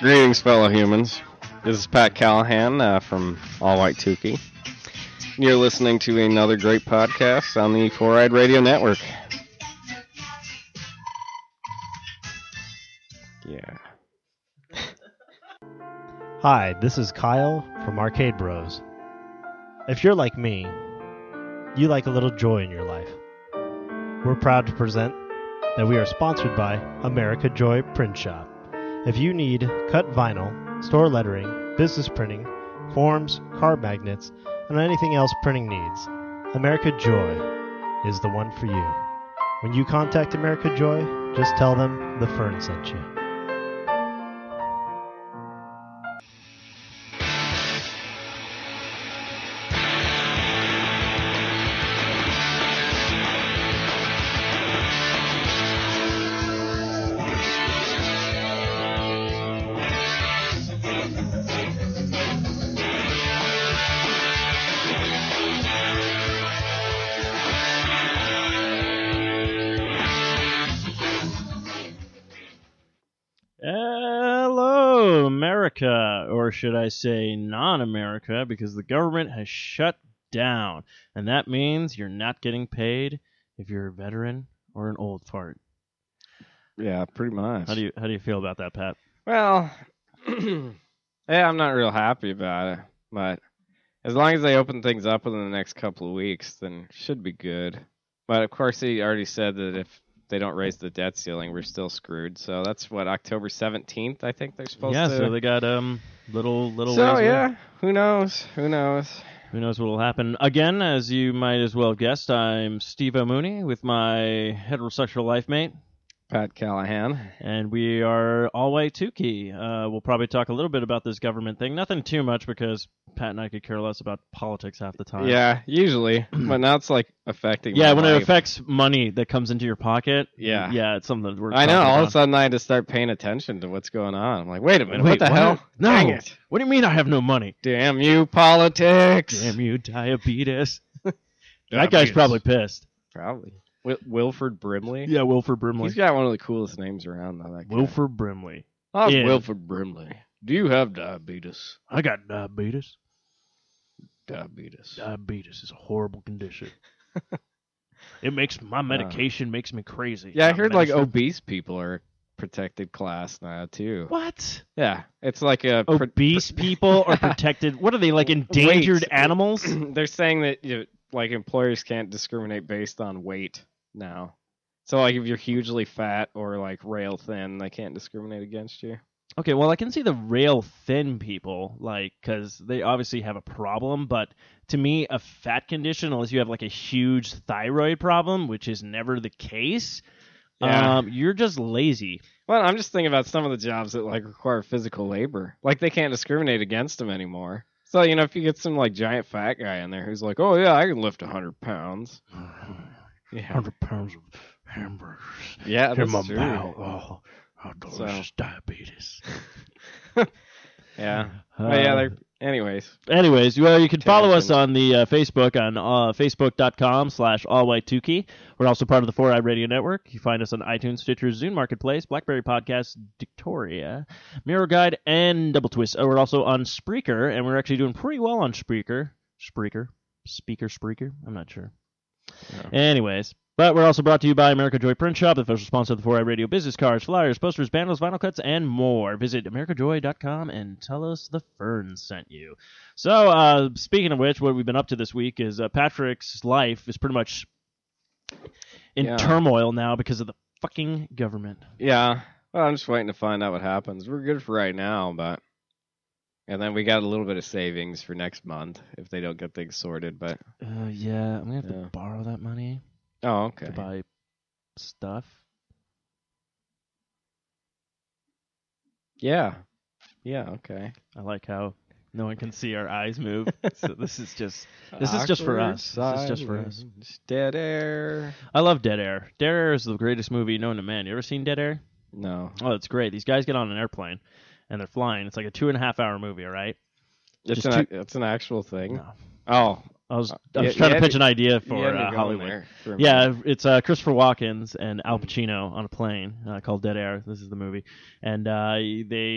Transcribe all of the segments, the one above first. Greetings, fellow humans. This is Pat Callahan uh, from All White Tukey. You're listening to another great podcast on the Four Eyed Radio Network. Yeah. Hi, this is Kyle from Arcade Bros. If you're like me, you like a little joy in your life. We're proud to present that we are sponsored by America Joy Print Shop. If you need cut vinyl, store lettering, business printing, forms, card magnets, and anything else printing needs, America Joy is the one for you. When you contact America Joy, just tell them the fern sent you. Hello, America, or should I say non America, because the government has shut down. And that means you're not getting paid if you're a veteran or an old fart. Yeah, pretty much. How do you how do you feel about that, Pat? Well, yeah, I'm not real happy about it, but as long as they open things up within the next couple of weeks, then it should be good. But of course, he already said that if they don't raise the debt ceiling, we're still screwed. So that's what October 17th, I think they're supposed yeah, to. so they got um little little So, ways away. yeah, who knows? Who knows? Who knows what will happen? Again, as you might as well have guessed, I'm Steve O'Mooney with my heterosexual life mate, Pat Callahan. and we are all way Tukey. Uh, we'll probably talk a little bit about this government thing. Nothing too much because Pat and I could care less about politics half the time. Yeah, usually, but now it's like affecting. Yeah, my when it life. affects money that comes into your pocket. Yeah. Yeah, it's something that we're I know. talking All of about. a sudden, I had to start paying attention to what's going on. I'm like, wait a minute, Wait, what the what? hell? No. Dang it! What do you mean I have no money? Damn you, politics! Damn you, diabetes. that guy's probably pissed. probably Wil- Wilford Brimley. Yeah, Wilford Brimley. He's got one of the coolest names around though. That guy. Wilford Brimley. How's yeah. Wilford Brimley. Do you have diabetes? I got diabetes. Diabetes. diabetes is a horrible condition. it makes my medication makes me crazy. yeah, I I'm heard like medicine- obese people are a protected class now too. what Yeah, it's like a pro- obese people are protected. What are they like endangered animals? they're saying that you know, like employers can't discriminate based on weight now. So like if you're hugely fat or like rail thin, they can't discriminate against you. Okay, well I can see the real thin people like because they obviously have a problem, but to me a fat condition unless you have like a huge thyroid problem, which is never the case. Yeah. Um, you're just lazy. Well, I'm just thinking about some of the jobs that like require physical labor. Like they can't discriminate against them anymore. So you know if you get some like giant fat guy in there who's like, oh yeah, I can lift hundred pounds. Yeah, hundred pounds of hamburgers yeah, in my that's true. mouth. Oh, how delicious diabetes! Yeah, But yeah. Um, They're... Anyways, Anyways, you- well, you can follow us Tangent. on the uh, Facebook on uh, facebook.com slash allwhitetukey. We're also part of the 4 Eye Radio Network. You find us on iTunes, Stitcher, Zune Marketplace, BlackBerry Podcast, Dictoria, Mirror Guide, and Double Twist. Oh, we're also on Spreaker, and we're actually doing pretty well on Spreaker. Spreaker? Speaker, Spreaker? I'm not sure. Anyways, but we're also brought to you by America Joy Print Shop, the official sponsor of the 4i Radio, business cards, flyers, posters, banners, vinyl cuts, and more. Visit AmericaJoy.com and tell us the fern sent you. So, uh, speaking of which, what we've been up to this week is uh, Patrick's life is pretty much in Yeah. turmoil now because of the fucking government. Yeah. Well, I'm just waiting to find out what happens. We're good for right now, but and then we got a little bit of savings for next month if they don't get things sorted. But Uh, yeah, I'm gonna have Yeah. to borrow that money oh, okay. to buy stuff. Yeah. Yeah. Okay. I like how no one can see our eyes move. so this is just This is just for Awkward us. This is just for us. silence, Dead air. I love Dead Air. Dead Air is the greatest movie known to man. You ever seen Dead Air? No. Oh, it's great. These guys get on an airplane and they're flying. It's like a two and a half hour movie, all right? It's Just an, it's an actual thing. No. Oh, I was, I Yeah, was trying you to had pitch to- an idea You for had me uh, going Hollywood. there for a minute. Yeah, it's uh, Christopher Watkins and Al Mm-hmm. Pacino on a plane uh, called Dead Air. This is the movie, and uh, they,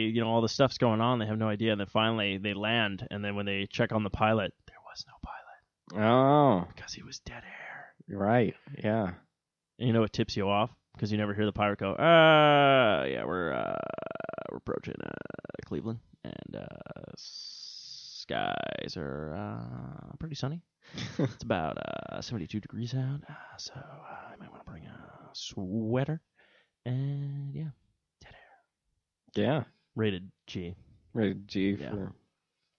you know, all the stuff's going on. They have no idea, and then finally they land, and then when they check on the pilot, there was no pilot Oh, because he was dead air. right. Yeah. And you know what tips you off? Because you never hear the pirate go, "Uh, yeah, we're uh, we're approaching uh, Cleveland, and uh, skies are uh, pretty sunny." It's about uh, 72 degrees out, uh, so uh, I might want to bring a sweater. And yeah, dead air. yeah. Rated G. Rated G Yeah. for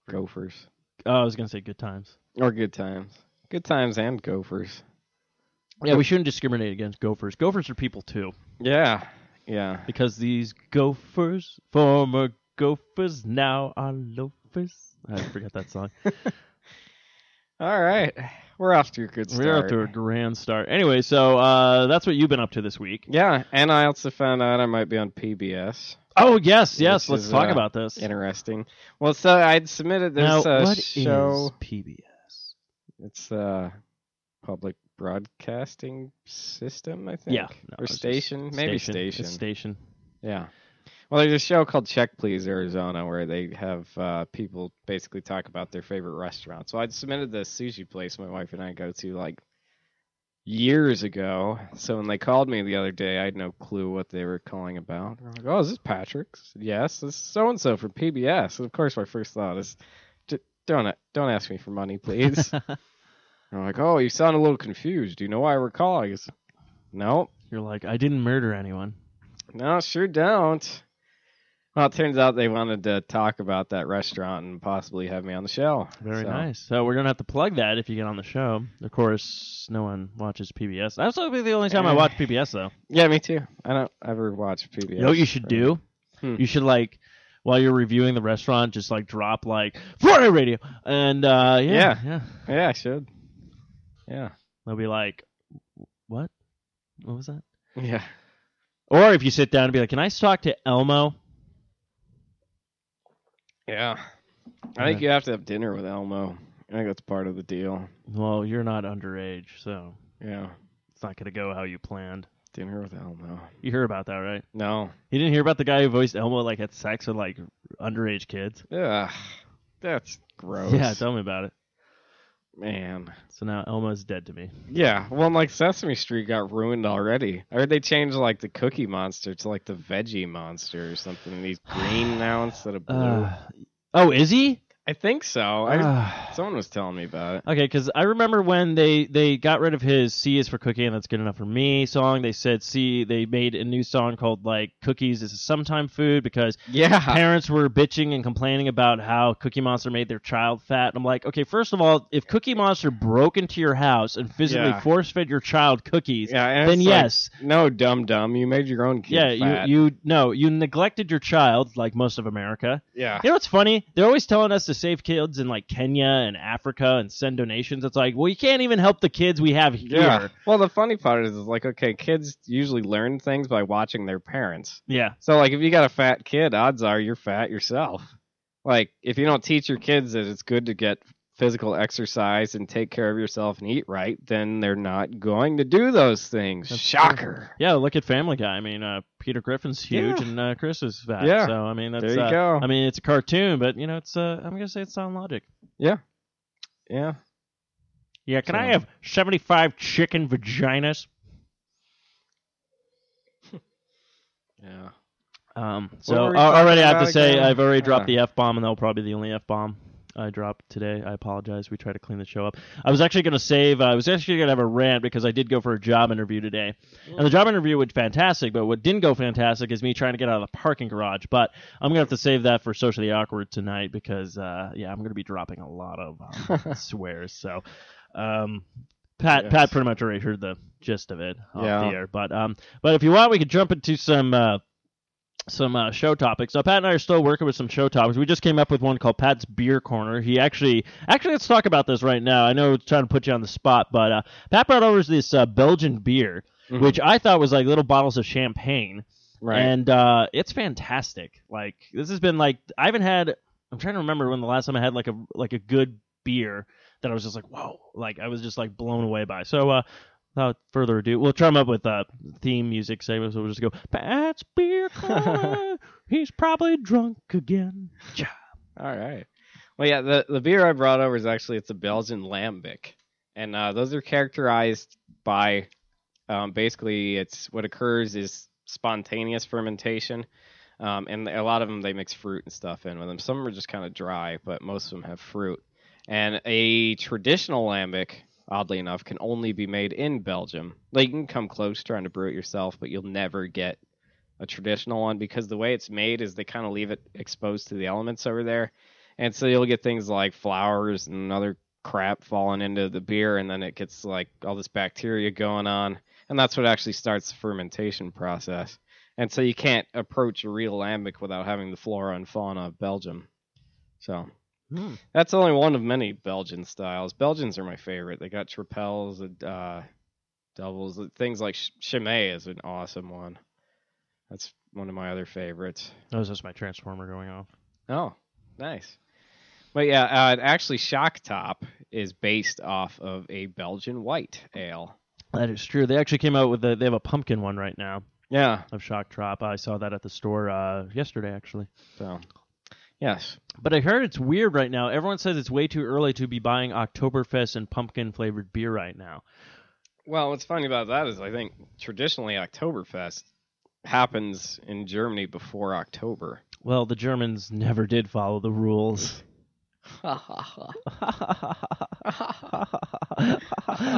Gophers Oh, I was gonna say good times. or Good Times. Good Times and Gophers. Yeah, we shouldn't discriminate against gophers. Gophers are people too, Yeah. Yeah. because these gophers, former gophers, now are loafers. I forgot that song. All right. We're off to a good start. We're up to a grand start. Anyway, so uh, that's what you've been up to this week. Yeah, and I also found out I might be on PBS. Oh yes, yes. This let's is, talk uh, about this. Interesting. Well, so I'd submitted now, this uh, what is show. PBS? It's uh public broadcasting system, I think. Yeah, no, or it's just station, maybe It's station. Station. yeah. Well, there's a show called Check Please Arizona where they have uh, people basically talk about their favorite restaurant. So I'd submitted the sushi place my wife and I go to like years ago. So when they called me the other day, I had no clue what they were calling about. They're like, "Oh, is this Patrick's? Yes, this is so and so from PBS." And of course, my first thought is, "D- "Don't a- don't ask me for money, please." And I'm like, oh, you sound a little confused. Do you know why we're calling? It's, no, You're like, I didn't murder anyone. no, sure don't. Well, it turns out they wanted to talk about that restaurant and possibly have me on the show. Very So, nice. So we're gonna have to plug that if you get on the show. Of course, no one watches PBS. That's probably the only time I Eh. watch PBS though. Yeah, me too. I don't ever watch PBS. you know what you should do? Hmm. You should like while you're reviewing the restaurant, just like drop like Florida radio, and uh, yeah, yeah, Yeah. Yeah, I should. Yeah. they'll be like, what? What was that? Yeah. Or if you sit down and be like, can I talk to Elmo? Yeah. I think you have to have dinner with Elmo. I think that's part of the deal. Well, you're not underage, so Yeah. it's not gonna go how you planned. Dinner with Elmo. You hear about that, right? No. You didn't hear about the guy who voiced Elmo like had sex with like underage kids? Ugh. That's gross. Yeah, tell me about it. Man. So now Elmo's dead to me. Yeah, well, like Sesame Street got ruined already. I heard they changed like the Cookie Monster to like the Veggie Monster or something. And he's green now instead of blue. oh, is he? I think so. I, Uh, someone was telling me about it. okay, because I remember when they they got rid of his "C is for Cookie" and that's good enough for me song. They said "C." They made a new song called like "Cookies is a sometime food" because Yeah, parents were bitching and complaining about how Cookie Monster made their child fat. And I'm like, okay, first of all, if Cookie Monster broke into your house and physically Yeah. force fed your child cookies, yeah. And then it's like, yes, no, dumb dumb. You made your own kid. yeah, fat. you you no, you neglected your child like most of America. yeah, You know what's funny? They're always telling us to save kids in like Kenya and Africa and send donations. It's like, well, you can't even help the kids we have here. yeah. Well, the funny part is, is like, okay, kids usually learn things by watching their parents. Yeah. So like if you got a fat kid, odds are you're fat yourself. Like if you don't teach your kids that it's good to get physical exercise and take care of yourself and eat right, then they're not going to do those things. That's Shocker. Yeah, look at Family Guy. I mean, uh, Peter Griffin's huge Yeah. and uh, Chris is fat. Yeah. So I mean, that's There you uh, go. I mean, it's a cartoon, but you know, it's uh, I'm gonna say it's sound logic. yeah. Yeah. Can I So- have 75 chicken vaginas? Yeah. Um. So were we al- talking already, I have about to say, again? I've already dropped Uh. the f bomb, and that'll probably be the only f bomb I dropped today. I apologize. We try to clean the show up. I was actually gonna save. uh, I was actually gonna have a rant because I did go for a job interview today, Mm. and the job interview went fantastic. But what didn't go fantastic is me trying to get out of the parking garage. But I'm gonna have to save that for socially awkward tonight because, uh, yeah, I'm gonna be dropping a lot of um, swears. So, um. Pat, Yes. Pat pretty much already heard the gist of it off Yeah. the air, but um, but if you want, we could jump into some uh, some uh, show topics. So Pat and I are still working with some show topics. We just came up with one called Pat's Beer Corner. He actually, actually, let's talk about this right now. I know it's trying to put you on the spot, but uh, Pat brought over this uh, Belgian beer, Mhm. which I thought was like little bottles of champagne, Right. and uh, it's fantastic. Like this has been like I haven't had. I'm trying to remember when the last time I had like a like a good beer that I was just like, whoa, like I was just like blown away by. So uh, without further ado, we'll try 'em up with uh theme music segments. We'll just go, Pat's beer corner. He's probably drunk again. All right. Well, yeah, the, the beer I brought over is actually it's a Belgian lambic, and uh, those are characterized by um, basically it's what occurs is spontaneous fermentation, um, and a lot of them they mix fruit and stuff in with them. Some are just kind of dry, but most of them have fruit. And a traditional lambic, oddly enough, can only be made in Belgium. Like you can come close trying to brew it yourself, but you'll never get a traditional one because the way it's made is they kind of leave it exposed to the elements over there. And so you'll get things like flowers and other crap falling into the beer, and then it gets like all this bacteria going on. And that's what actually starts the fermentation process. And so you can't approach a real lambic without having the flora and fauna of Belgium. So Hmm. that's only one of many Belgian styles. Belgians are my favorite. They got tripels, and, uh, doubles, things like sh- Chimay is an awesome one. That's one of my other favorites. That was just Oh, my transformer going off. Oh, nice. But yeah, uh, actually, Shock Top is based off of a Belgian white ale. That is true. They actually came out with a, they have a pumpkin one right now Yeah. of Shock Drop. I saw that at the store uh, yesterday actually. So, yes. But I heard it's weird right now. Everyone says it's way too early to be buying Oktoberfest and pumpkin flavored beer right now. Well, what's funny about that is I think traditionally Oktoberfest happens in Germany before October. Well, the Germans never did follow the rules.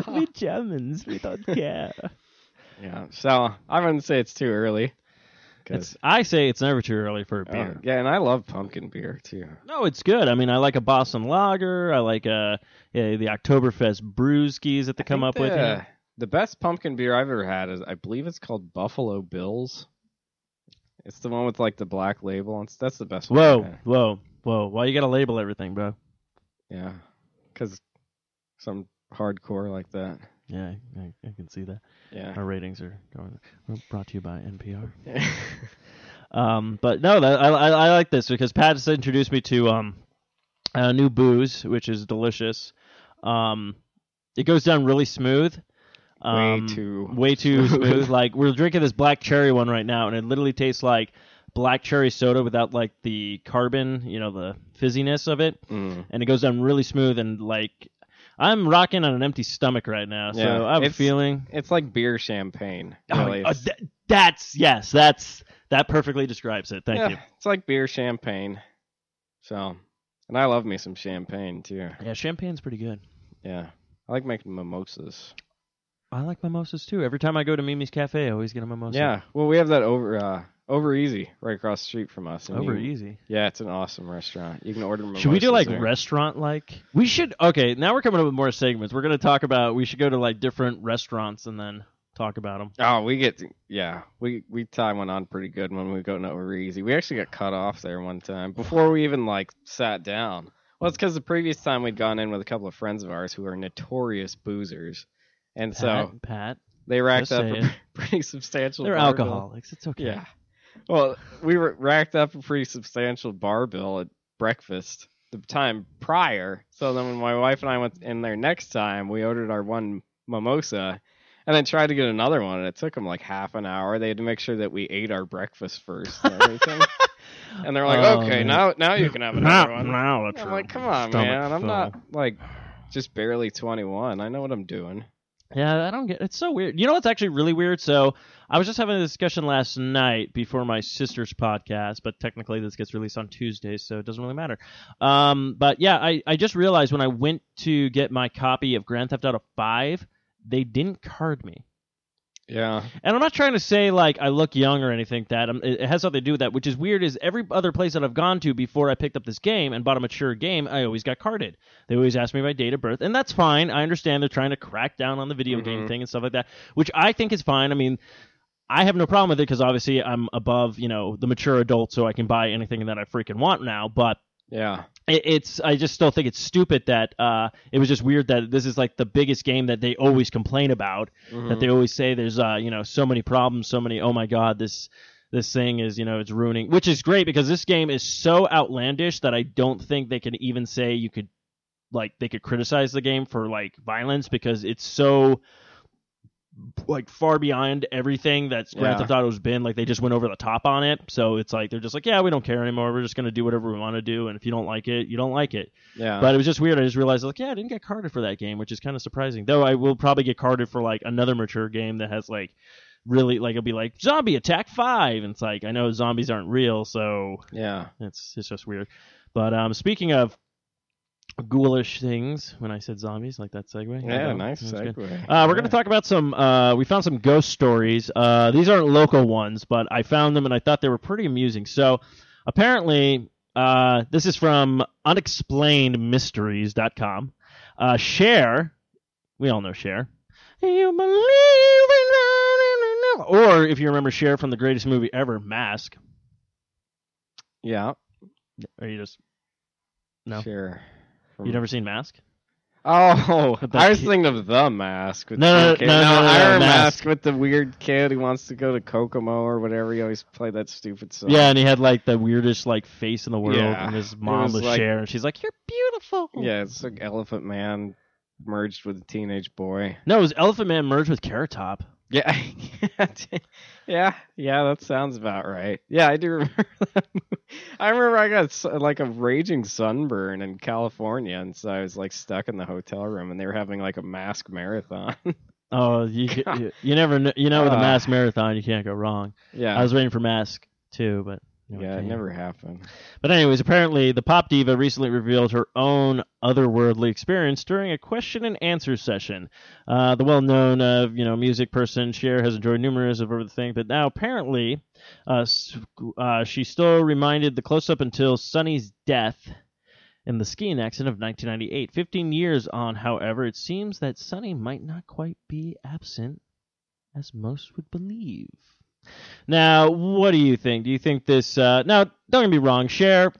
we Germans, we don't care. yeah. So I wouldn't say it's too early. 'cause- It's, I say it's never too early for a oh, beer. yeah, and I love pumpkin beer too. No, it's good. I mean, I like a Boston Lager. I like uh, yeah, the Oktoberfest brewskis that they come up think with. you the, know. The best pumpkin beer I've ever had is I believe it's called Buffalo Bills. It's the one with like the black label and s- that's the best Whoa, one. I've had. whoa, whoa! Why you gotta label everything, bro? Yeah. Cuz some hardcore like that. Yeah, I, I can see that. Yeah. Our ratings are going. We're brought to you by NPR. yeah. Um, but no, that, I, I I like this because Pat's introduced me to um, a new booze, which is delicious. Um, it goes down really smooth. Um, too way too smooth. smooth. like we're drinking this black cherry one right now, and it literally tastes like black cherry soda without like the carbon, you know, the fizziness of it, Mm. and it goes down really smooth and like. I'm rocking on an empty stomach right now, so Yeah, I have a it's- feeling. It's like beer champagne. Oh, Really. uh, It's- th- that's yes, that's that perfectly describes it. Thank yeah, you. It's like beer champagne. So, and I love me some champagne too. Yeah, champagne's pretty good. Yeah. I like making mimosas. I like mimosas too. Every time I go to Mimi's Cafe, I always get a mimosa. Yeah. Well, we have that over uh over easy right across the street from us. and over you- easy. Yeah, it's an awesome restaurant. You can order. Should we do like mimosas there. restaurant like? We should. Okay, now we're coming up with more segments. We're gonna talk about. We should go to like different restaurants and then talk about them. Oh, we get to- yeah, we we tie one on pretty good when we go to Over Easy. We actually got cut off there one time before we even like sat down. Well, Hmm. it's because the previous time we'd gone in with a couple of friends of ours who are notorious boozers, and so Pat, Pat, they racked just up saying. a pretty substantial. they're bar bill. alcoholics. It's okay. Yeah. Well, we were racked up a pretty substantial bar bill at breakfast the time prior. So then when my wife and I went in there next time, we ordered our one mimosa and then tried to get another one. And it took them like half an hour. They had to make sure that we ate our breakfast first and everything. and they're like, Oh, okay, man. now, now you can have another one. now I'm like, come on, stomach man. I'm full. not like just barely 21. I know what I'm doing. Yeah, I don't get. It's so weird. You know what's actually really weird? So I was just having a discussion last night before my sister's podcast, but technically this gets released on Tuesdays, so it doesn't really matter. Um, but yeah, I I just realized when I went to get my copy of Grand Theft Auto Five, they didn't card me. Yeah. And I'm not trying to say like I look young or anything like that. Um, It it has something to do with that. Which is weird is every other place that I've gone to before I picked up this game and bought a mature game, I always got carded. They always asked me my date of birth, and that's fine. I understand they're trying to crack down on the video game Mhm. thing and stuff like that, which I think is fine. I mean, I have no problem with it because obviously I'm above you know the mature adult, so I can buy anything that I freaking want now. But Yeah. it, it's I just still think it's stupid that uh, it was just weird that this is like the biggest game that they always complain about that Mhm. they always say there's uh you know so many problems so many oh my god this this thing is you know it's ruining which is great because this game is so outlandish that i don't think they can even say you could like they could criticize the game for like violence because it's so like far beyond everything that Grand Yeah. Theft Auto's been. Like they just went over the top on it. So it's like they're just like, yeah, we don't care anymore. We're just gonna do whatever we want to do, and if you don't like it, you don't like it. Yeah. But it was just weird. I just realized like, yeah, I didn't get carded for that game, which is kind of surprising. Though I will probably get carded for like another mature game that has like really like it'll be like zombie attack five and it's like i know zombies aren't real so yeah. it's it's just weird. But um, speaking of ghoulish things, when I said zombies, like that segue. Yeah, that- nice that was good. segue. Uh, we're going to talk about some. Uh, we found some ghost stories. Uh, these aren't local ones, but I found them and I thought they were pretty amusing. So apparently, uh, this is from unexplainedmysteries.com. Uh, Cher, we all know Cher. You believe in love, in love. Or if you remember Cher from the greatest movie ever, Mask. Yeah. Or you just No. Sure. you never seen Mask? Oh, With the I was ki- thinking of the mask. With No, the no, kid. no, no, no, no, Iron Mask. mask. with the weird kid who wants to go to Kokomo or whatever. He always played that stupid song. Yeah, and he had like the weirdest like face in the world, Yeah. and his It mom was was like- Cher, and she's like, "You're beautiful." yeah. It's like Elephant Man merged with a teenage boy. No, it was Elephant Man merged with Carrot Top. Yeah, yeah, yeah. That sounds about right. Yeah, I do remember. That. movie. I remember I got s- like a raging sunburn in California, and so I was like stuck in the hotel room, and they were having like a mask marathon. Oh, you you, you never kn- you know with a Ah. mask marathon you can't go wrong. yeah, I was waiting for Mask too, but you know, yeah. It can't. never happened. But anyways, apparently the pop diva recently revealed her own otherworldly experience during a question and answer session. Uh, the well-known, uh, you know, music person Cher has enjoyed numerous of other things, but now apparently, uh, s- uh, she still reminded the close-up until Sonny's death in the skiing accident of 1998. Fifteen years on, however, it seems that Sonny might not quite be absent as most would believe. Now, what do you think? Do you think this? Uh, now, don't get me wrong, Cher.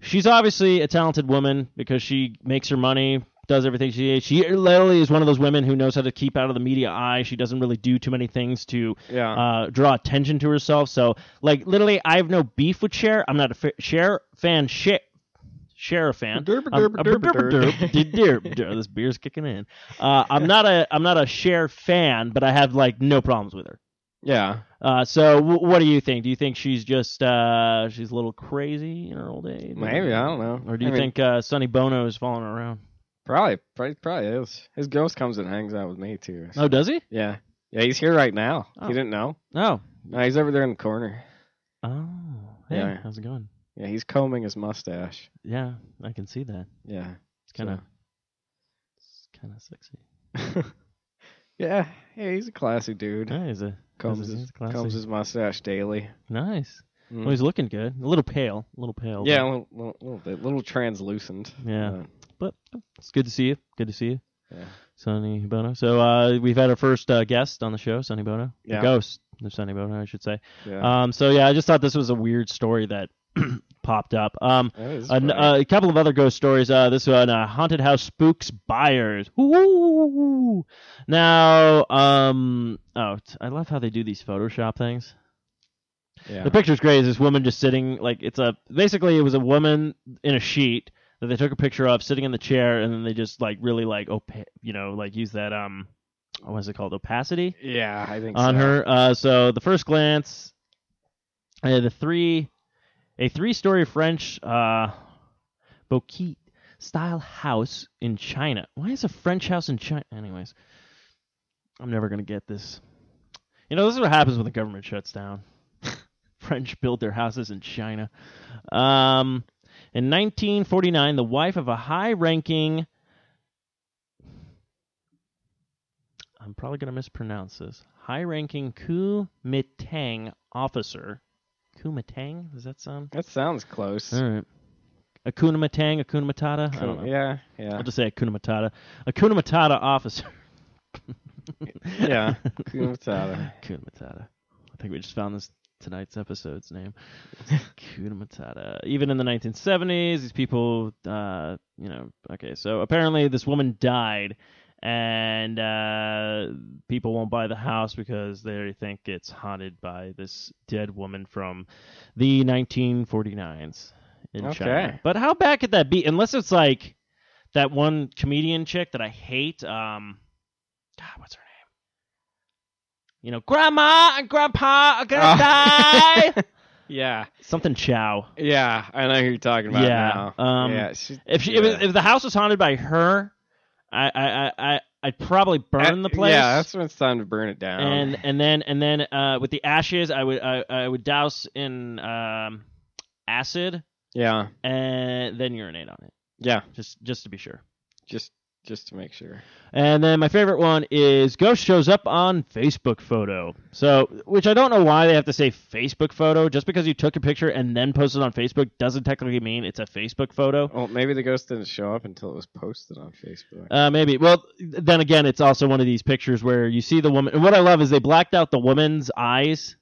She's obviously a talented woman because she makes her money, does everything she she literally is one of those women who knows how to keep out of the media eye. She doesn't really do too many things to Yeah, uh, draw attention to herself. So, like, literally, I have no beef with Cher. I'm not a fa- Cher fan. Cher, Cher a fan. Derp, I'm- derp, uh, derp, derp, derp. derp, de- derp, derp. This beer's kicking in. Uh, I'm not a I'm not a Cher fan, but I have like no problems with her. yeah. Uh, so w- what do you think? Do you think she's just uh, she's a little crazy in her old age? Maybe I don't know. Or do you I mean, think uh, Sonny Bono is following her around? probably, probably, probably is. His ghost comes and hangs out with me too. so- Oh, does he? Yeah, yeah. He's here right now. Oh. You didn't know? Oh. No, he's over there in the corner. Oh. Hey, Yeah. how's it going? Yeah, he's combing his mustache. Yeah, I can see that. Yeah. It's kind of So- it's kind of sexy. yeah, yeah, he's a classy dude. Nice. uh, Combs This is his, classy. combs his mustache daily. nice. Mm. Well, he's looking good. A little pale. A little pale. yeah, a little, little, little bit, little translucent. but- Yeah. Uh, But it's good to see you. Good to see you, yeah. Sonny Bono. So uh, we've had our first uh, guest on the show, Sonny Bono. The Yeah. ghost of Sonny Bono, I should say. yeah. Um, so yeah, I just thought this was a weird story that popped up. Um, That is an- funny. uh, a couple of other ghost stories. Uh, this one, uh, haunted house spooks buyers. Ooh. Now, um, oh, t- I love how they do these Photoshop things. yeah. The picture's great. Is this woman just sitting like it's a basically it was a woman in a sheet that they took a picture of sitting in the chair, and then they just like really like opa- you know like use that um what is it called opacity yeah, I think on so. her. Uh, so the first glance, uh, the three, a three-story French uh, boutique style house in China. Why is a French house in China? Anyways, I'm never gonna get this. You know, this is what happens when the government shuts down. French build their houses in China. Um, in 1949, the wife of a high-ranking I'm probably going to mispronounce this. High ranking Kuomintang officer. Kuomintang? Does that sound? That sounds close. All right. Akuna Matang, Akuna Matata? I don't know. Cool. Yeah, yeah, I'll just say Akuna Matata. Akuna Matata officer. yeah. Cool Matata. Kuna Matata. I think we just found this tonight's episode's name. Kuna Matata. Even in the 1970s, these people, uh, you know, okay, so apparently this woman died, and uh, people won't buy the house because they think it's haunted by this dead woman from the 1949s. in Okay. China. But how bad could that be? Unless it's like that one comedian chick that I hate. Um, God, what's her name? You know, Grandma and Grandpa are gonna Oh. die. Yeah. Something Chow. Yeah. I know who you're talking about Yeah, now. um, yeah. She, If she, Yeah. if, if the house was haunted by her, I I I, I I'd probably burn Uh, the place. Yeah, that's when it's time to burn it down. and and then and then uh, with the ashes, I would I, I would douse in um, acid yeah. and then urinate on it, Yeah. just just to be sure. Just just to make sure. And then my favorite one is Ghost shows up on Facebook photo. So, which I don't know why they have to say Facebook photo. Just because you took a picture and then posted it on Facebook doesn't technically mean it's a Facebook photo. Well, maybe the ghost didn't show up until it was posted on Facebook. Uh, maybe. Well, then again, it's also one of these pictures where you see the woman. And what I love is they blacked out the woman's eyes,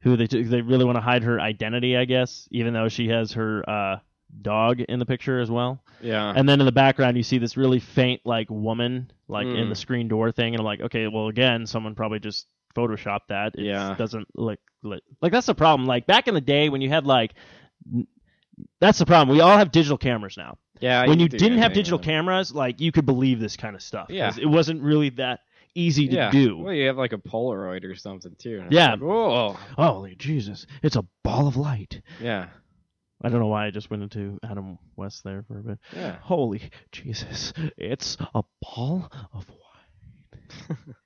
who they they really want to hide her identity, I guess, even though she has her uh, dog in the picture as well. yeah. And then in the background, you see this really faint like woman like in Mm. the screen door thing, and I'm like, okay, well, again, someone probably just photoshopped that. It Yeah. doesn't look like like that's the problem. Like back in the day when you had like. n- That's the problem. We all have digital cameras now yeah. when can you do didn't have anything digital with it. cameras, like you could believe this kind of stuff. 'cause Yeah. it wasn't really that easy to yeah. do. Well, you have like a Polaroid or something too. and it's Yeah. Like, Whoa. Holy Jesus! It's a ball of light. Yeah. I don't know why I just went into Adam West there for a bit. Yeah. Holy Jesus! It's a ball of wine.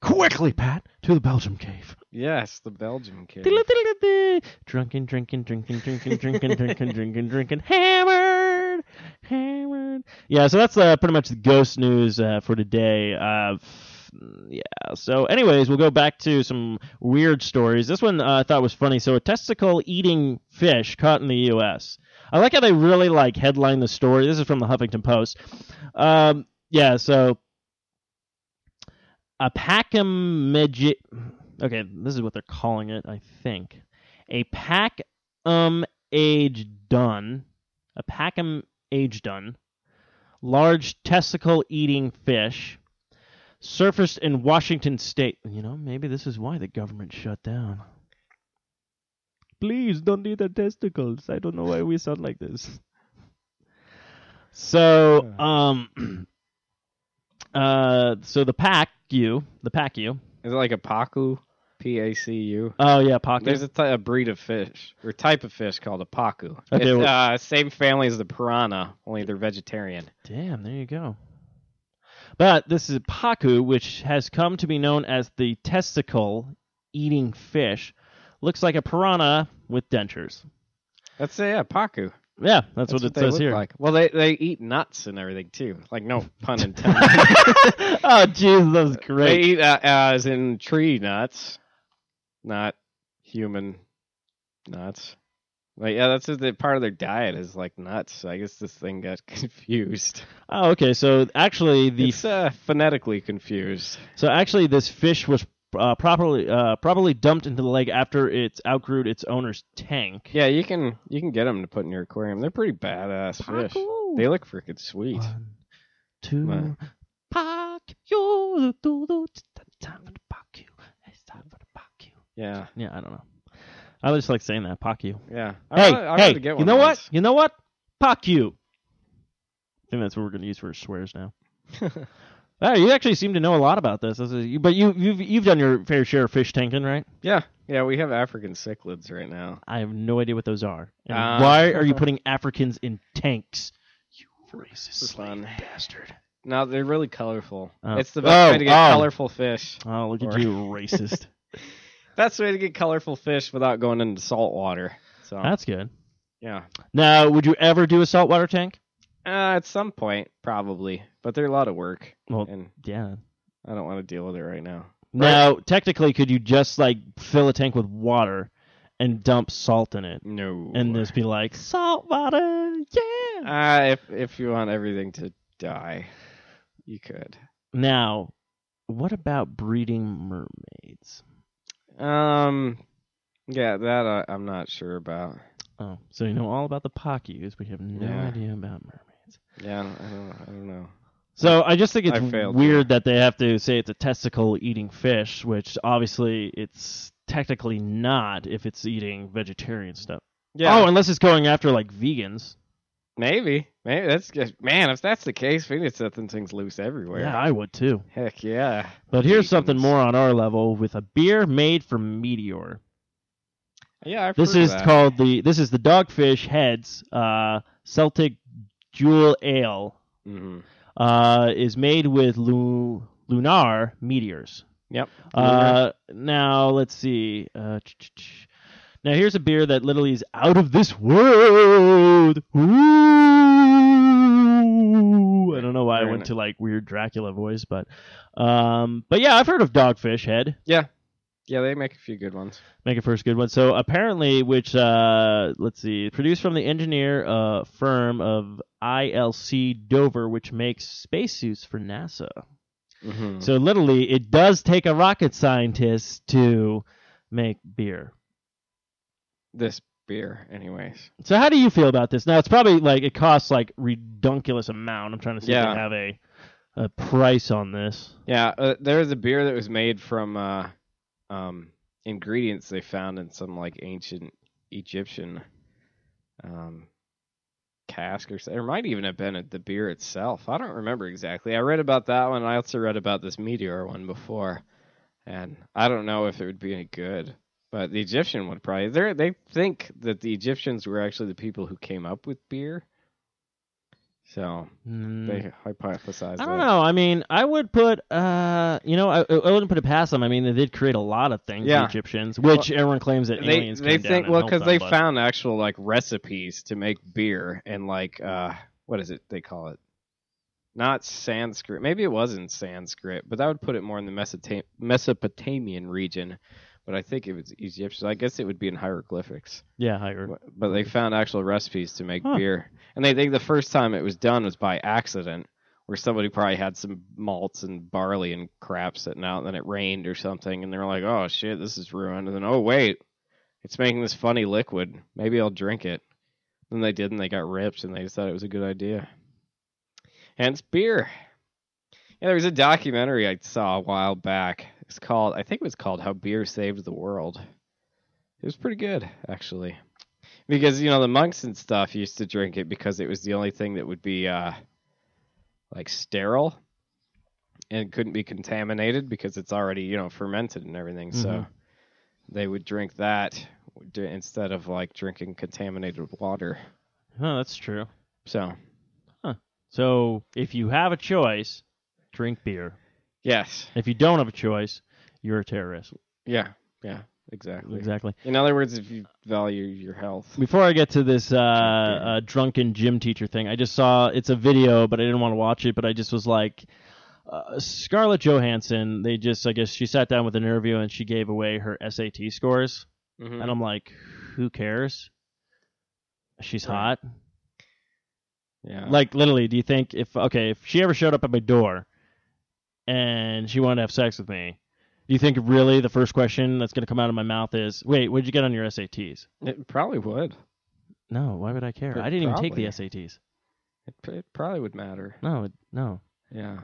Quickly, Pat, to the Belgium cave. Yes, the Belgian kid. Drunken, drinking, drinking, drinking, drinking, drinking, drinking, drinking, hammered, hammered. Yeah, so that's uh, pretty much the ghost news uh, for today. Uh, f- yeah. So, anyways, we'll go back to some weird stories. This one uh, I thought was funny. So, a testicle eating fish caught in the U.S. I like how they really like headline the story. This is from the Huffington Post. Um, yeah. So, a pachymegic. Okay, this is what they're calling it. I think a pack um age done a packum age done large testicle eating fish surfaced in washington state you know maybe this is why the government shut down please don't eat the testicles i don't know why we sound like this so um uh so the pack you the pack you Is it like a pacu? P A C U. oh yeah pack There's a, ty- a breed of fish or type of fish called a pacu. Okay, It's, well- uh, same family as the piranha, only they're vegetarian. Damn, there you go. But this is paku, which has come to be known as the testicle eating fish. Looks like a piranha with dentures. That's it, yeah, pacu. Yeah, that's, what, it they says look here. Like. Well, they, they eat nuts and everything too. Like no pun intended. oh, jeez, that was they great. eat uh, as in tree nuts, not human nuts. Like yeah, that's just the part of their diet is like nuts. So I guess this thing got confused. Oh, okay. So actually, the it's uh, phonetically confused. so actually this fish was uh, properly uh, probably dumped into the lake after it outgrew its owner's tank. Yeah, you can you can get them to put in your aquarium. They're pretty badass fish. Paku. They look freaking sweet. One, two, Right. pack you. do, do, do, It's time for the pack you. It's time for the pack you. Yeah, Yeah, I don't know. I just like saying that. Pack you. yeah. hey, wanna- hey, wanna get you one know once. what? You know what? Pack you. I think that's what we're going to use for swears now. Wow, Uh, you actually seem to know a lot about this. This is- but you, you've you've done your fair share of fish tanking, right? Yeah, yeah. We have African cichlids right now. I have no idea what those are. And Uh. why are you putting Africans in tanks? You racist fun. slave bastard! No, they're really colorful. Oh. It's the best Oh, way to get oh. colorful fish. Oh, look at Or- you, racist. Best way to get colorful fish without going into salt water. So That's good. yeah, Now, would you ever do a saltwater tank? uh, at some point probably, but they're a lot of work, Well, and yeah. I don't want to deal with it right now. Now, technically, could you just like fill a tank with water and dump salt in it, No. and just be like salt water, yeah? Uh, if if you want everything to die, you could. Now, what about breeding mermaids? Um, yeah, that I, I'm not sure about. Oh, so you know all about the pockies, but you have no Yeah. idea about mermaids. Yeah, I don't, I don't, I don't know. So I just think I it's failed weird that they have to say it's a testicle eating fish, which obviously it's technically not if it's eating vegetarian stuff. Yeah. Oh, unless it's going after like vegans. Maybe. Maybe that's good. Man, if that's the case, we need something things loose everywhere. Yeah, I would too. Heck yeah. But here's Vegans. something more on our level with a beer made from meteor. Yeah, I've This heard of is that. called the this is the Dogfish Heads uh, Celtic Jewel Ale. Mhm. Uh, is made with lu- lunar meteors. Yep. Uh, now let's see. Uh, ch- ch- ch. now here's a beer that literally is out of this world. Ooh. I don't know why I Fair went enough. to like weird Dracula voice, but um, but yeah, I've heard of Dogfish Head. yeah, they make a few good ones. Make a first good one. So apparently, which uh, let's see, produced from the engineer uh, firm of ILC Dover, which makes spacesuits for NASA. Mhm. So literally, it does take a rocket scientist to make beer. this beer, anyways. So how do you feel about this? Now it's probably like it costs like redunculous amount. I'm trying to see if Yeah. they have a a price on this. Yeah, uh, there was a beer that was made from uh, um, ingredients they found in some like ancient Egyptian um, cask or something. It might even have been the beer itself. I don't remember exactly. I read about that one. I also read about this meteor one before, and I don't know if it would be any good. But the Egyptian one probably. They they think that the Egyptians were actually the people who came up with beer. So Mm. they hypothesized. I don't that. know. I mean, I would put, uh, you know, I, I wouldn't put it past them. I mean, they did create a lot of things, Yeah. the Egyptians, which everyone claims that they aliens they came down think and well helped because they them, but- found actual like recipes to make beer and like uh what is it they call it not sanskrit maybe it was in sanskrit but that would put it more in the Mesota- mesopotamian region but i think it was egyptian i guess it would be in hieroglyphics yeah, higher. but but they found actual recipes to make Huh. beer and they think the first time it was done was by accident where somebody probably had some malts and barley and crap sitting out and then it rained or something and they were like oh shit this is ruined and then oh wait it's making this funny liquid maybe i'll drink it then they did and they got ripped and they just thought it was a good idea hence beer yeah there was a documentary i saw a while back it's called i think it was called how beer saved the world it was pretty good actually because you know the monks and stuff used to drink it because it was the only thing that would be uh like sterile and couldn't be contaminated because it's already you know fermented and everything so Mhm. they would drink that d- instead of like drinking contaminated water Huh, Oh, that's true. so So if you have a choice, drink beer. yes If you don't have a choice, you're a terrorist. yeah yeah exactly, Exactly. in other words if you value your health Before I get to this uh, Drink beer. uh, drunken gym teacher thing, I just saw it's a video, but I didn't want to watch it. But I just was like, uh, Scarlett Johansson. They just, I guess, she sat down with an interview and she gave away her SAT scores, Mhm. and I'm like, who cares? She's Right. hot. yeah Like literally, do you think if okay, if she ever showed up at my door and she wanted to have sex with me, do you think really the first question that's gonna come out of my mouth is, "Wait, what'd you get on your SATs?" it probably would No, why would I care? Pr- I didn't probably. even take the SATs. it, pr- it probably would matter No, it, no, yeah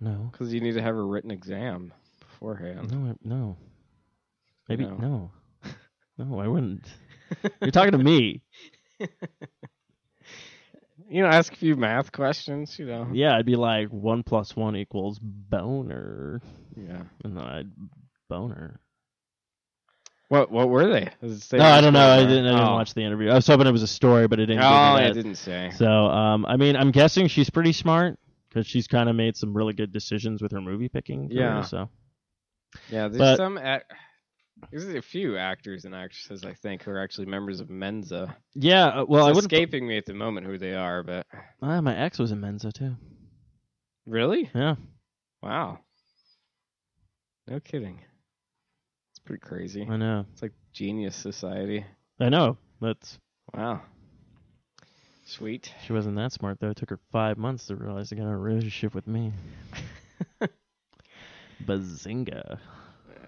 no, because you need to have a written exam beforehand no, I- no. Maybe No. no, no, I wouldn't. You're talking to me. you know, ask a few math questions, you know. Yeah, I'd be like one plus one equals boner, Yeah. and then I'd boner. What what were they? Does it say No, I which don't one know. I they are? didn't. I didn't oh. watch the interview. I was hoping it was a story, but it Oh, didn't. give me yeah, that. it didn't say. So, um, I mean, I'm guessing she's pretty smart because she's kind of made some really good decisions with her movie picking. career, Yeah. So, Yeah, there's but- some. Ac- there's a few actors and actresses I think who are actually members of Mensa. yeah. uh, Well, it's I would. escaping me at the moment who they are, but Ah, my ex was in Mensa too. really, Yeah. wow, no kidding. It's pretty crazy. I know. It's like genius society. I know. That's Wow, sweet. she wasn't that smart though. It took her five months to realize to get in a relationship with me. Bazinga!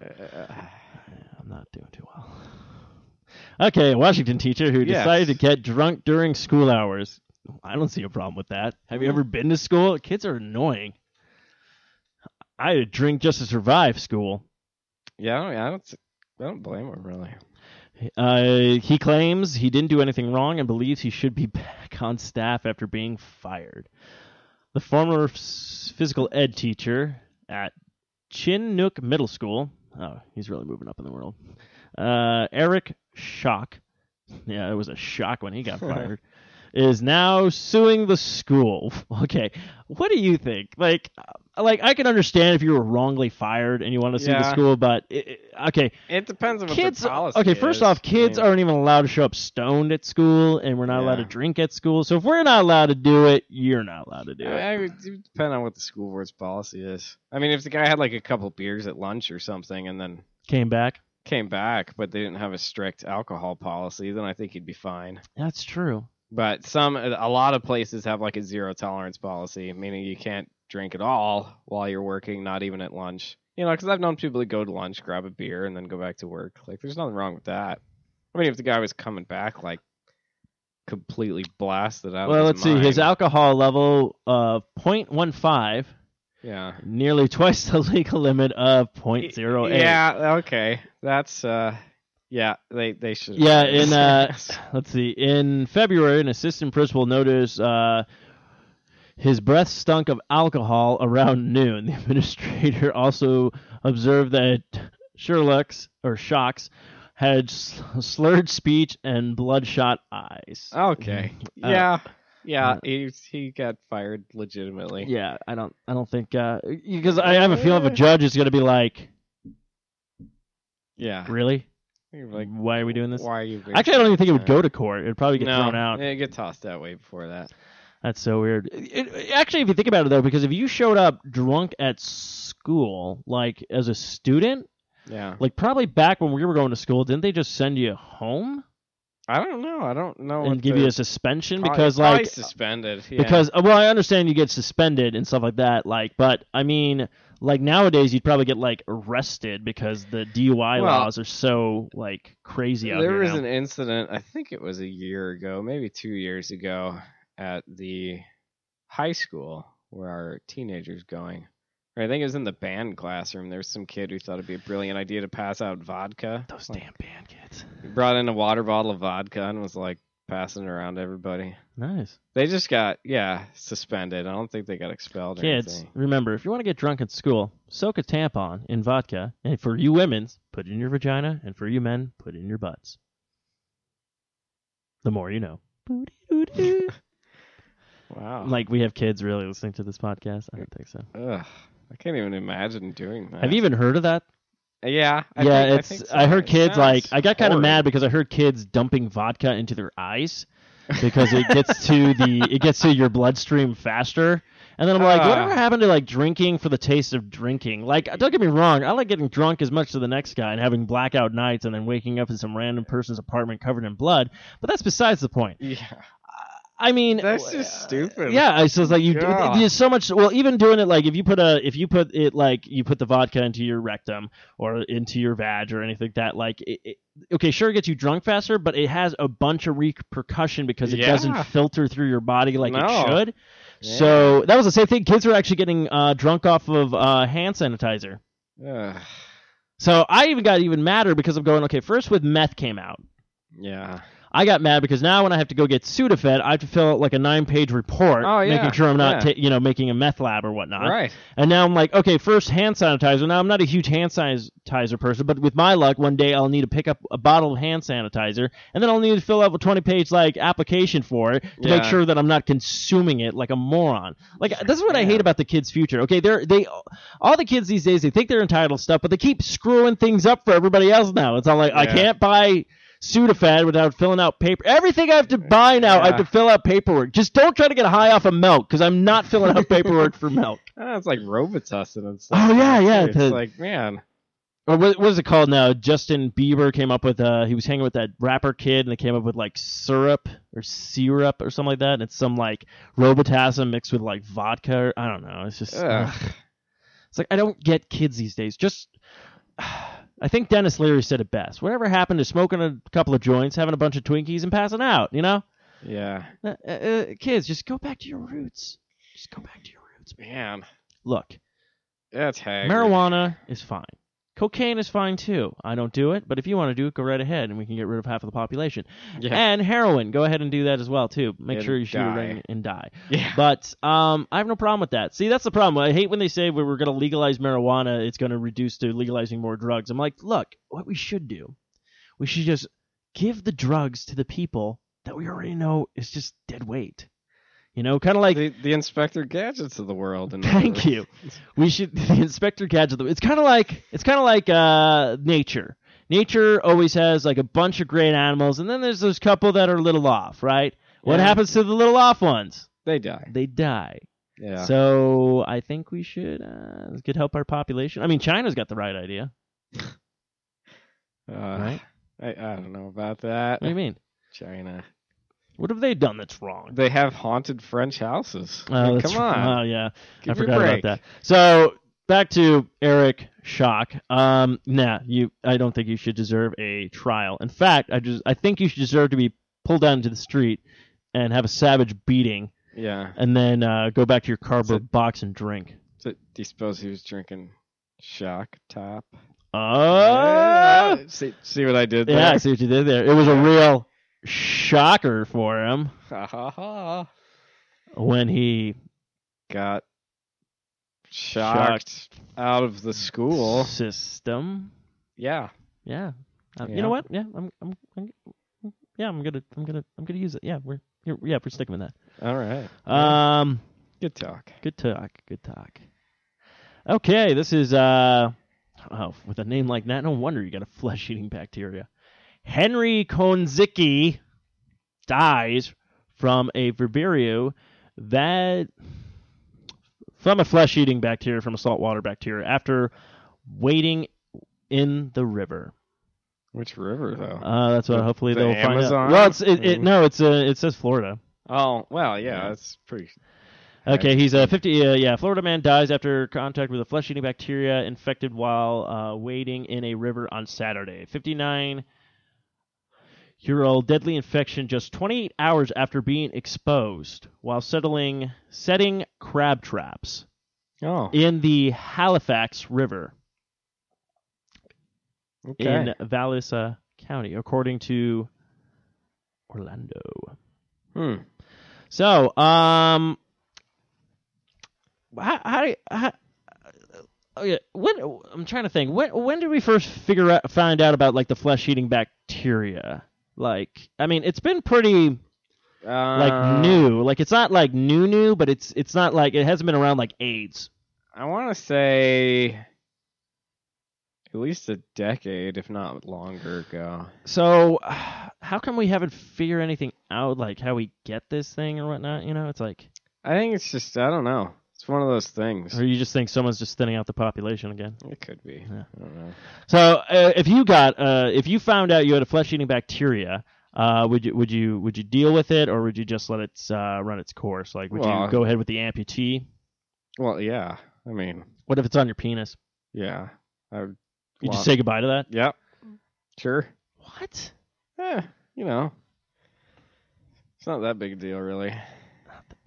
Uh, I'm not doing too well. Okay, a Washington teacher who Yes. decided to get drunk during school hours. I don't see a problem with that. Have you ever been to school? Kids are annoying. I had to drink just to survive school. yeah, I don't, I don't. I don't blame them really. Uh, he claims he didn't do anything wrong and believes he should be back on staff after being fired. The former s- physical ed teacher at Chinook Middle School, oh, he's really moving up in the world, uh, Eric Shock, yeah, it was a shock when he got fired, is now suing the school. Okay, what do you think? Like, uh, like I can understand if you were wrongly fired and you want to sue the Yeah. school, but it, it- okay, It depends on what kids the policy okay first is. off kids I mean, aren't even allowed to show up stoned at school and we're not allowed to Yeah. drink at school so if we're not allowed to do it you're not allowed to do it I mean, it would depend on what the school board's policy is. I mean, if the guy had like a couple beers at lunch or something and then came back came back, but they didn't have a strict alcohol policy, then I think he'd be fine. that's true But some, a lot of places have like a zero tolerance policy, meaning you can't drink at all while you're working, not even at lunch. You know, because I've known people that go to lunch, grab a beer, and then go back to work. Like, there's nothing wrong with that. I mean, if the guy was coming back like completely blasted out. well of let's his mind, see his alcohol level of 0.15 Yeah. nearly twice the legal limit of 0.08 Yeah. Okay. That's uh. Yeah. They they should. Yeah, in uh, let's see, in February, an assistant principal noticed uh, his breath stunk of alcohol around noon. The administrator also observed that Sherlock's or Shocks had s- slurred speech and bloodshot eyes. Oh. Okay. Uh, Yeah. Yeah. uh, he he got fired legitimately. Yeah, I don't, I don't think, because I have a feeling if a judge is gonna be like, Yeah. really, You're Like, why are we doing this? why are you? Actually, I don't even think it would wasting go to court. It'd probably your get time? thrown out. Yeah, get tossed that way before that. That's so weird. It- it- actually, if you think about it, though, because if you showed up drunk at school, like as a student, Yeah. like probably back when we were going to school, didn't they just send you home I don't know. I don't know. and what give the- you a suspension? probably- because, probably like, suspended. Yeah. because uh, well, I understand you get suspended and stuff like that. Like, but I mean, like nowadays, you'd probably get like arrested because the DUI Well- laws are so like crazy out there here was now. an incident i think it was a year ago maybe two years ago at the high school where our teenagers going or i think it was in the band classroom there was some kid who thought it'd be a brilliant idea to pass out vodka Those Like, damn band kids. he brought in a water bottle of vodka and was like passing it around to everybody Nice they just got yeah suspended i don't think they got expelled or kids. anything Remember, if you want to get drunk at school, soak a tampon in vodka, and for you women's, put it in your vagina, and for you men, put it in your butts. The more you know. Boo-dee-doo-doo. wow like we have kids really listening to this podcast. I don't think so. Ugh, i can't even imagine doing that Have you even heard of that? yeah I yeah, think- I it's. I, think so. heard It kids like. sounds I got kind of horrid. mad because I heard kids dumping vodka into their eyes because it gets to the it gets to your bloodstream faster. And then I'm like, Ah. whatever happened to like drinking for the taste of drinking? Like, don't get me wrong, I like getting drunk as much as the next guy and having blackout nights and then waking up in some random person's apartment covered in blood. But that's besides the point. yeah I mean, That's w- just stupid. Yeah, it's just like you. God. There's so much. Well, even doing it like if you put a if you put it like you put the vodka into your rectum or into your vag or anything like that like it, it, okay, sure it gets you drunk faster, but it has a bunch of repercussion because it Yeah. doesn't filter through your body like No. it should. Yeah. So that was the same thing. Kids were actually getting uh, drunk off of uh, hand sanitizer. Ugh. So I even got even madder because I'm going okay. First, with meth came out. yeah I got mad because now when I have to go get Sudafed, I have to fill out like a nine-page report, Oh, yeah, making sure I'm not, yeah. ta- you know, making a meth lab or whatnot. right And now I'm like, okay, first hand sanitizer. Now I'm not a huge hand sanitizer person, but with my luck, one day I'll need to pick up a bottle of hand sanitizer, and then I'll need to fill out a 20-page like application for it to make Yeah. sure that I'm not consuming it like a moron. Like this is what I Yeah. hate about the kids' future. Okay, they're they, all the kids these days they think they're entitled to stuff, but they keep screwing things up for everybody else now. It's all like I Yeah. can't buy. Sudafed without filling out paper. Everything I have to buy now, I have Yeah. to fill out paperwork. Just don't try to get high off of milk because I'm not filling out paperwork for milk. Ah, it's like Robitussin and stuff. Oh, yeah, too. yeah, It's the- like man, or what, what is it called now? Justin Bieber came up with uh he was hanging with that rapper kid and they came up with like syrup or syrup or something like that. And it's some like Robitussin mixed with like vodka. Or, I don't know. It's just Ugh. ugh. it's like I don't get kids these days. Just I think Dennis Leary said it best. Whatever happened to smoking a couple of joints, having a bunch of Twinkies, and passing out? You know, yeah, uh, uh, uh, kids, just go back to your roots. Just go back to your roots. man. man, Look, that's haggard. marijuana is fine. Cocaine is fine too. I don't do it, but if you want to do it, go right ahead, and we can get rid of half of the population. Yeah. And heroin, go ahead and do that as well too. Make And sure you shoot die. a ring and die. yeah. But um, I have no problem with that. See, that's the problem. I hate when they say we we're going to legalize marijuana. It's going to reduce to legalizing more drugs. I'm like, look, what we should do, we should just give the drugs to the people that we already know is just dead weight. You know, kind of like the, the Inspector Gadgets of the world. in other Thank words. you. We should the Inspector Gadget. It's kind of like it's kind of like uh, nature. Nature always has like a bunch of great animals, and then there's those couple that are a little off, right? What Yeah. happens to the little off ones? They die. They die. Yeah. So I think we should uh, this could help our population. I mean, China's got the right idea. uh, right. I, I don't know about that. What do you mean? China. What have they done that's wrong? They have haunted French houses. Oh, I mean, that's come r- on. Oh yeah, Give me a I forgot about break. that. So back to Eric Shock. Um, nah, you. I don't think you should deserve a trial. In fact, I just I think you should deserve to be pulled down to the street and have a savage beating, Yeah. and then uh, go back to your cardboard box and drink. So, do you suppose he was drinking shock top? Oh, Yeah. See, see what I did Uh, yeah. there? I see what you did there. It was a real shocker for him Ha ha ha. when he Got shocked, out of the school. system. Yeah. Yeah. Uh, You Yeah. know what? Yeah, I'm, I'm, I'm, yeah, I'm gonna, I'm gonna, I'm gonna use it. Yeah, we're, you're- yeah, we're sticking with that. All right. Um, Good talk. good talk, good talk. Okay, this is uh, oh, with a name like that, no wonder you got a flesh-eating bacteria. Henry Konzicki dies from a Verberio that from a flesh-eating bacteria from a saltwater bacteria after wading in the river. Which river though? Uh, that's what. The- Hopefully the they'll find out. Amazon? Well, it's it, it Mm. no, it's uh, it says Florida. oh, well, yeah, yeah. that's pretty. Okay, he's a 50. Uh, yeah, Florida man dies after contact with a flesh-eating bacteria infected while uh, wading in a river on Saturday. 59 year old deadly infection just 28 hours after being exposed while settling setting crab traps Oh, in the Halifax River. okay. in Valisa County, according to Orlando. Hmm. So, um, how, how, how okay, when I'm trying to think, when when did we first figure out find out about like the flesh eating bacteria? Like, I mean, it's been pretty like Uh, new. Like, it's not like new new, but it's it's not like it hasn't been around like AIDS. I want to say at least a decade, if not longer ago. So, how come we haven't figured anything out, like how we get this thing or whatnot? You know, it's like. I think it's just I don't know. It's one of those things. Or you just think someone's just thinning out the population again. It could be. Yeah. I don't know. So uh, if you got, uh, if you found out you had a flesh-eating bacteria, uh, would you would you would you deal with it, or would you just let it uh, run its course? Like, would Well, you go ahead with the amputee? Well, yeah. I mean, What if it's on your penis? yeah. I would. You Well- just say goodbye to that. Yep. Sure. What? Eh, you know. It's not that big a deal, really.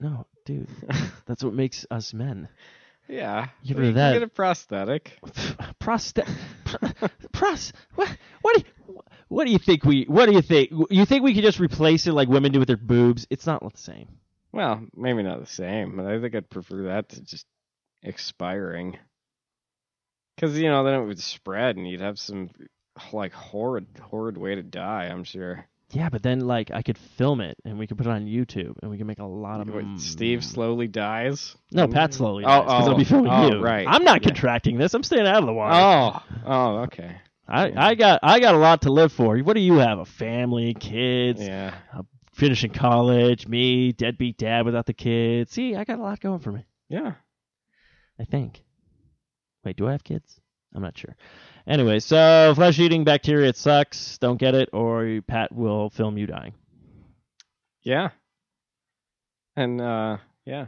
No, dude, that's what makes us men. yeah. Give Well, her you can that. Get a prosthetic. Prostate, pros. What? What do you? What do you think we? What do you think? You think we could just replace it like women do with their boobs? It's not the same. Well, maybe not the same, but I think I'd prefer that to just expiring. Because, you know, then it would spread and you'd have some, like, horrid, horrid way to die, I'm sure. Yeah, but then like I could film it and we could put it on YouTube and we could make a lot of What, mm. Steve slowly dies. No, Pat slowly. Oh, Oh, because I'll be oh, filming oh, you. right. I'm not Yeah. contracting this. I'm staying out of the water. Oh, oh, okay. I, I got I got a lot to live for. What do you have? A family, kids, Yeah. finishing college, me, deadbeat dad without the kids. See, I got a lot going for me. Yeah. I think. Wait, do I have kids? I'm not sure. Anyway, so flesh eating bacteria, it sucks. Don't get it, or Pat will film you dying. Yeah. And, uh, yeah.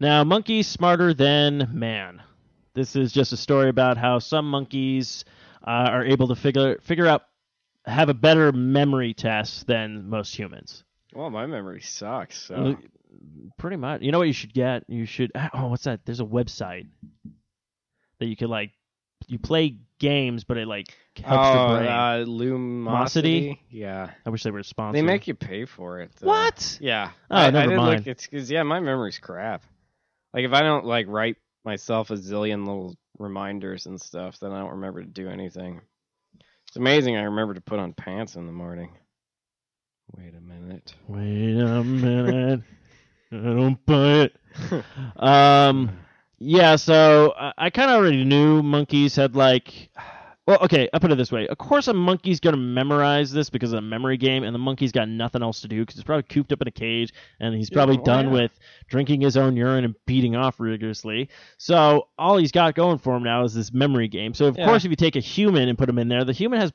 Now, monkeys smarter than man. This is just a story about how some monkeys uh, are able to figure figure out have a better memory test than most humans. Well, my memory sucks. So. Look, Pretty much. You ah, know what you should get? You should. Oh, what's that? There's a website that you could like. you play games, but it like helps Oh, your brain. uh, lumosity. Yeah, I wish they were sponsored. they make uh, you pay for it. though. what? Yeah. Oh, I, I never did look- mind. it's 'cause, yeah, my memory's crap. Like if I don't like write myself a zillion little reminders and stuff, then I don't remember to do anything. It's amazing I remember to put on pants in the morning. Wait a minute. Wait a minute. I don't buy it. Um, yeah, so uh, I, I kind of already knew monkeys had like. Well, okay, I'll put it this way. Of course, a monkey's going to memorize this because it's a memory game, and the monkey's got nothing else to do because he's probably cooped up in a cage, and he's Yeah, probably oh, done yeah. with drinking his own urine and beating off rigorously. So all he's got going for him now is this memory game. So, of Yeah. course, if you take a human and put him in there, the human has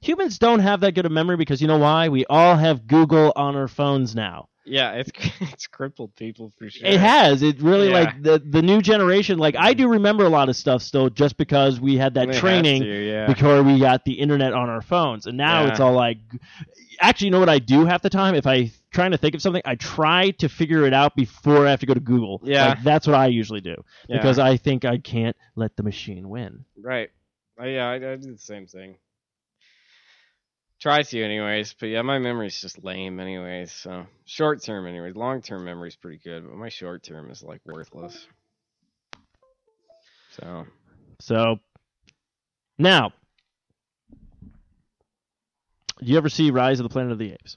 humans don't have that good of memory because you know why? We all have Google on our phones now. Yeah, it's it's crippled people for sure. It has. It really Yeah. like the the new generation. Like I do remember a lot of stuff still, just because we had It that has training to, yeah. before we got the internet on our phones, and now Yeah. it's all like. Actually, you know what I do half the time? If I trying to think of something, I try to figure it out before I have to go to Google. Yeah. Like, that's what I usually do Yeah. because I think I can't let the machine win. Right. I, yeah, I, I did the same thing. Try to, anyways. But yeah, my memory's just lame, anyways. So short term, anyways. Long term memory's pretty good, but my short term is like worthless. So So now, do you ever see Rise of the Planet of the Apes?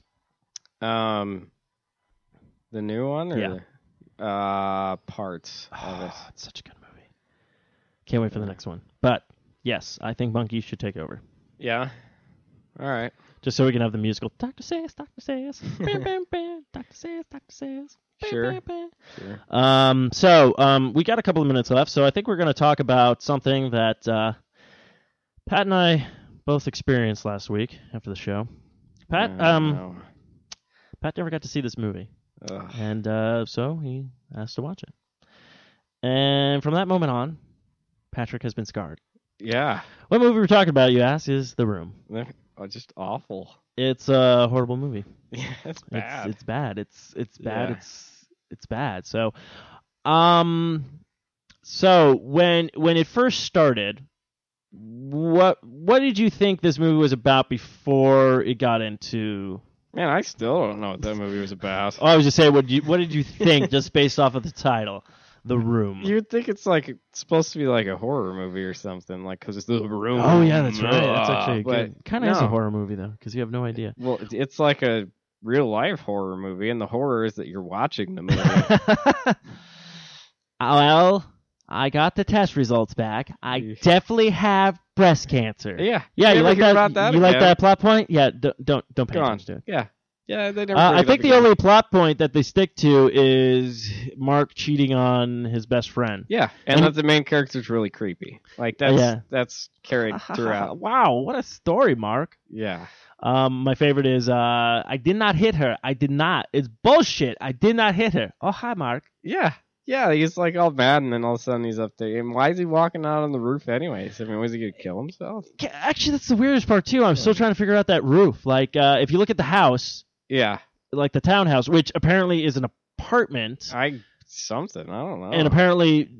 Um, the new one, or Yeah. the- uh, parts of it. Ah, it's such a good movie. Can't wait for the next one. But yes, I think monkeys should take over. Yeah. All right. Just so we can have the musical Dr. Says, Dr. Says, bam, bam, bam, Dr. Says, Dr. Says. bam, Sure. bam, bam. Sure. Um, so um, we got a couple of minutes left, so I think we're going to talk about something that uh, Pat and I both experienced last week after the show. Pat, I um, don't Pat never got to see this movie. know. Ugh. And uh, so he asked to watch it. And from that moment on, Patrick has been scarred. yeah, What movie we're talking about, you ask, is The Room. They're- oh, just awful. It's a horrible movie. Yeah, it's bad. It's, it's bad. It's it's bad. Yeah. It's it's bad. So, um, so when when it first started, what what did you think this movie was about before it got into? Man, I still don't know what that movie was about. Oh, I was just saying, what did you what did you think just based off of the title, The Room? You'd think it's like it's supposed to be like a horror movie or something, like because it's the room. Oh yeah, that's right. That's uh, actually a but good. Kind of is a no. horror movie though, because you have no idea. Well, it's- it's like a real life horror movie, and the horror is that you're watching the movie. well, I got the test results back. I Yeah. definitely have breast cancer. yeah, Yeah, you ever like hear that? about that you like again? that plot point? Yeah, don't don't don't pay Go on. attention to it. Yeah, yeah. They never. Uh, bring I it think up the again. only plot point that they stick to is Mark cheating on his best friend. Yeah, and, and- that the main character's really creepy. Like that's Yeah. that's carried throughout. wow, what a story, Mark. Yeah, Um, my favorite is uh, I did not hit her. I did not. It's bullshit. I did not hit her. Oh hi, Mark. yeah, yeah. He's like all mad, and then all of a sudden he's up there. And why is he walking out on the roof anyways? I mean, was he gonna kill himself? Ca- Actually, that's the weirdest part too. I'm still trying to figure out that roof. Like, uh, if you look at the house, Yeah, like the townhouse, which apparently is an apartment, I something. I don't know. and apparently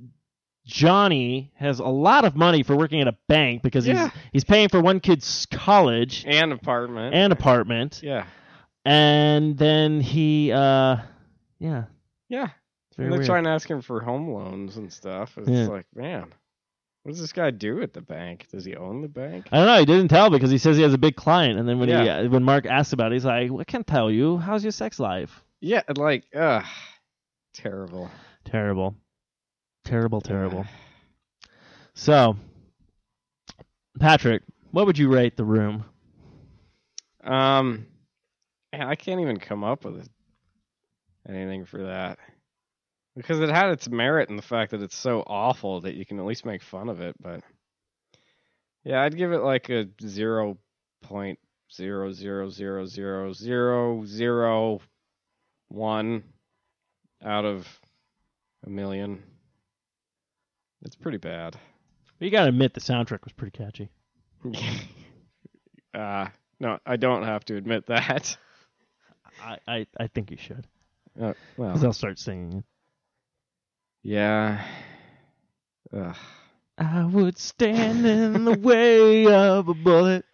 Johnny has a lot of money for working at a bank because Yeah. he's he's paying for one kid's college and apartment. and apartment, Yeah. and then he, uh, yeah, Yeah. And it's very they're weird. trying to ask him for home loans and stuff. It's Yeah. like, man, what does this guy do at the bank? Does he own the bank? I don't know. He didn't tell because he says he has a big client, and then when Yeah. he uh, when Mark asks about it, he's like, "I can't tell you. How's your sex life? Yeah, like, ugh. Terrible. Terrible, terrible, terrible." So, Patrick, what would you rate the room? Um, man, I can't even come up with anything for that. Because it had its merit in the fact that it's so awful that you can at least make fun of it, but yeah, I'd give it like a zero point zero zero zero zero zero zero one out of a million. It's pretty bad. You gotta admit the soundtrack was pretty catchy. uh no, I don't have to admit that. I, I, I think you should, Uh, Oh. well, because I'll start singing it. Yeah. Ugh. I would stand in the way of a bullet.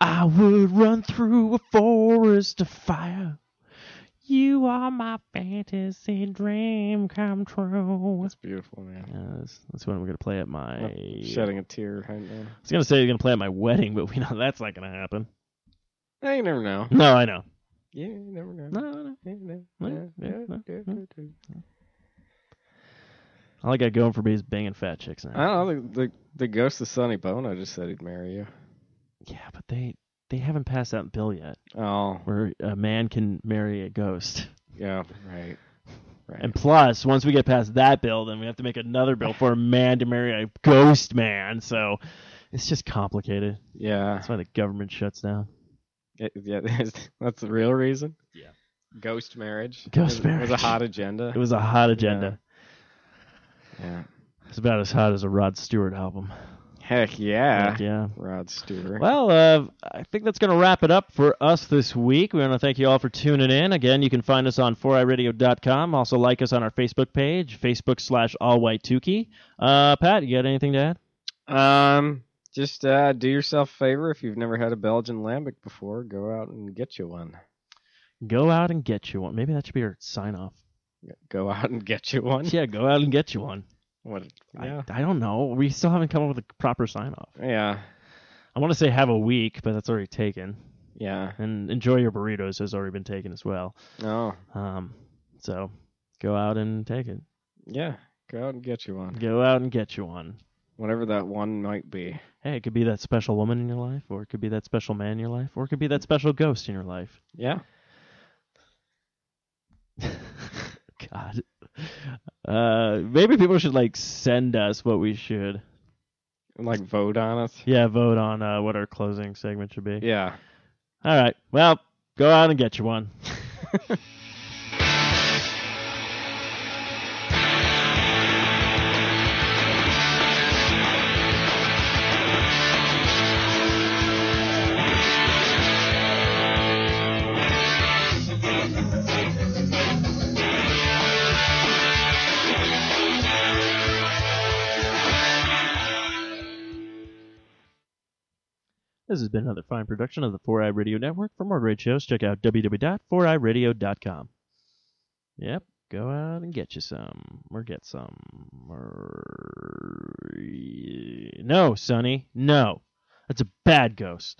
I would run through a forest of fire. You are my fantasy dream come true. That's beautiful, man. Yeah, that's, that's when we're gonna play at my. I'm shedding a tear right now. I was gonna say you're gonna play at my wedding, but we know that's not gonna happen. Yeah, you never know. No, I know. Yeah, you never know. No, no, no. Yeah, you know. No, no, Yeah, no, yeah, no. yeah, yeah. All I got going for me is banging fat chicks now. I don't know. The, the, the ghost of Sonny Bono just said he'd marry you. Yeah, but they they haven't passed that bill yet, Oh, where a man can marry a ghost. yeah, right. Right. And plus, once we get past that bill, then we have to make another bill for a man to marry a ghost man. So it's just complicated. yeah. That's why the government shuts down. It- yeah, that's- that's the real reason. Yeah. Ghost marriage. Ghost was, was a marriage. hot agenda. It was a hot agenda. yeah. It's about as hot as a Rod Stewart album. Heck yeah. Like, yeah. Rod Stewart. Well, uh, I think that's going to wrap it up for us this week. We want to thank you all for tuning in. Again, you can find us on 4iRadio.com. Also, like us on our Facebook page, Facebook slash All White Tukey. Uh, Pat, you got anything to add? Um, just uh, do yourself a favor if you've never had a Belgian lambic before, go out and get you one. Go out and get you one. Maybe that should be our sign off. Yeah, Go out and get you one. Yeah, go out and get you one. What? Yeah. I, I don't know. We still haven't come up with a proper sign off. Yeah. I want to say have a week, but that's already taken. Yeah. And enjoy your burritos has already been taken as well. No. Um, so go out and take it. Yeah. Go out and get you one. Go out and get you one. Whatever that one might be. Hey, it could be that special woman in your life, or it could be that special man in your life, or it could be that special ghost in your life. Yeah. God. Uh, maybe people should like send us what we should. And, like vote on us. Yeah, vote on uh, what our closing segment should be. Yeah. All right. Well, go out and get you one. This has been another fine production of the 4i Radio Network. For more great shows, check out www.4iradio.com. Yep, go out and get you some, or get some, or... No, Sonny, no. That's a bad ghost.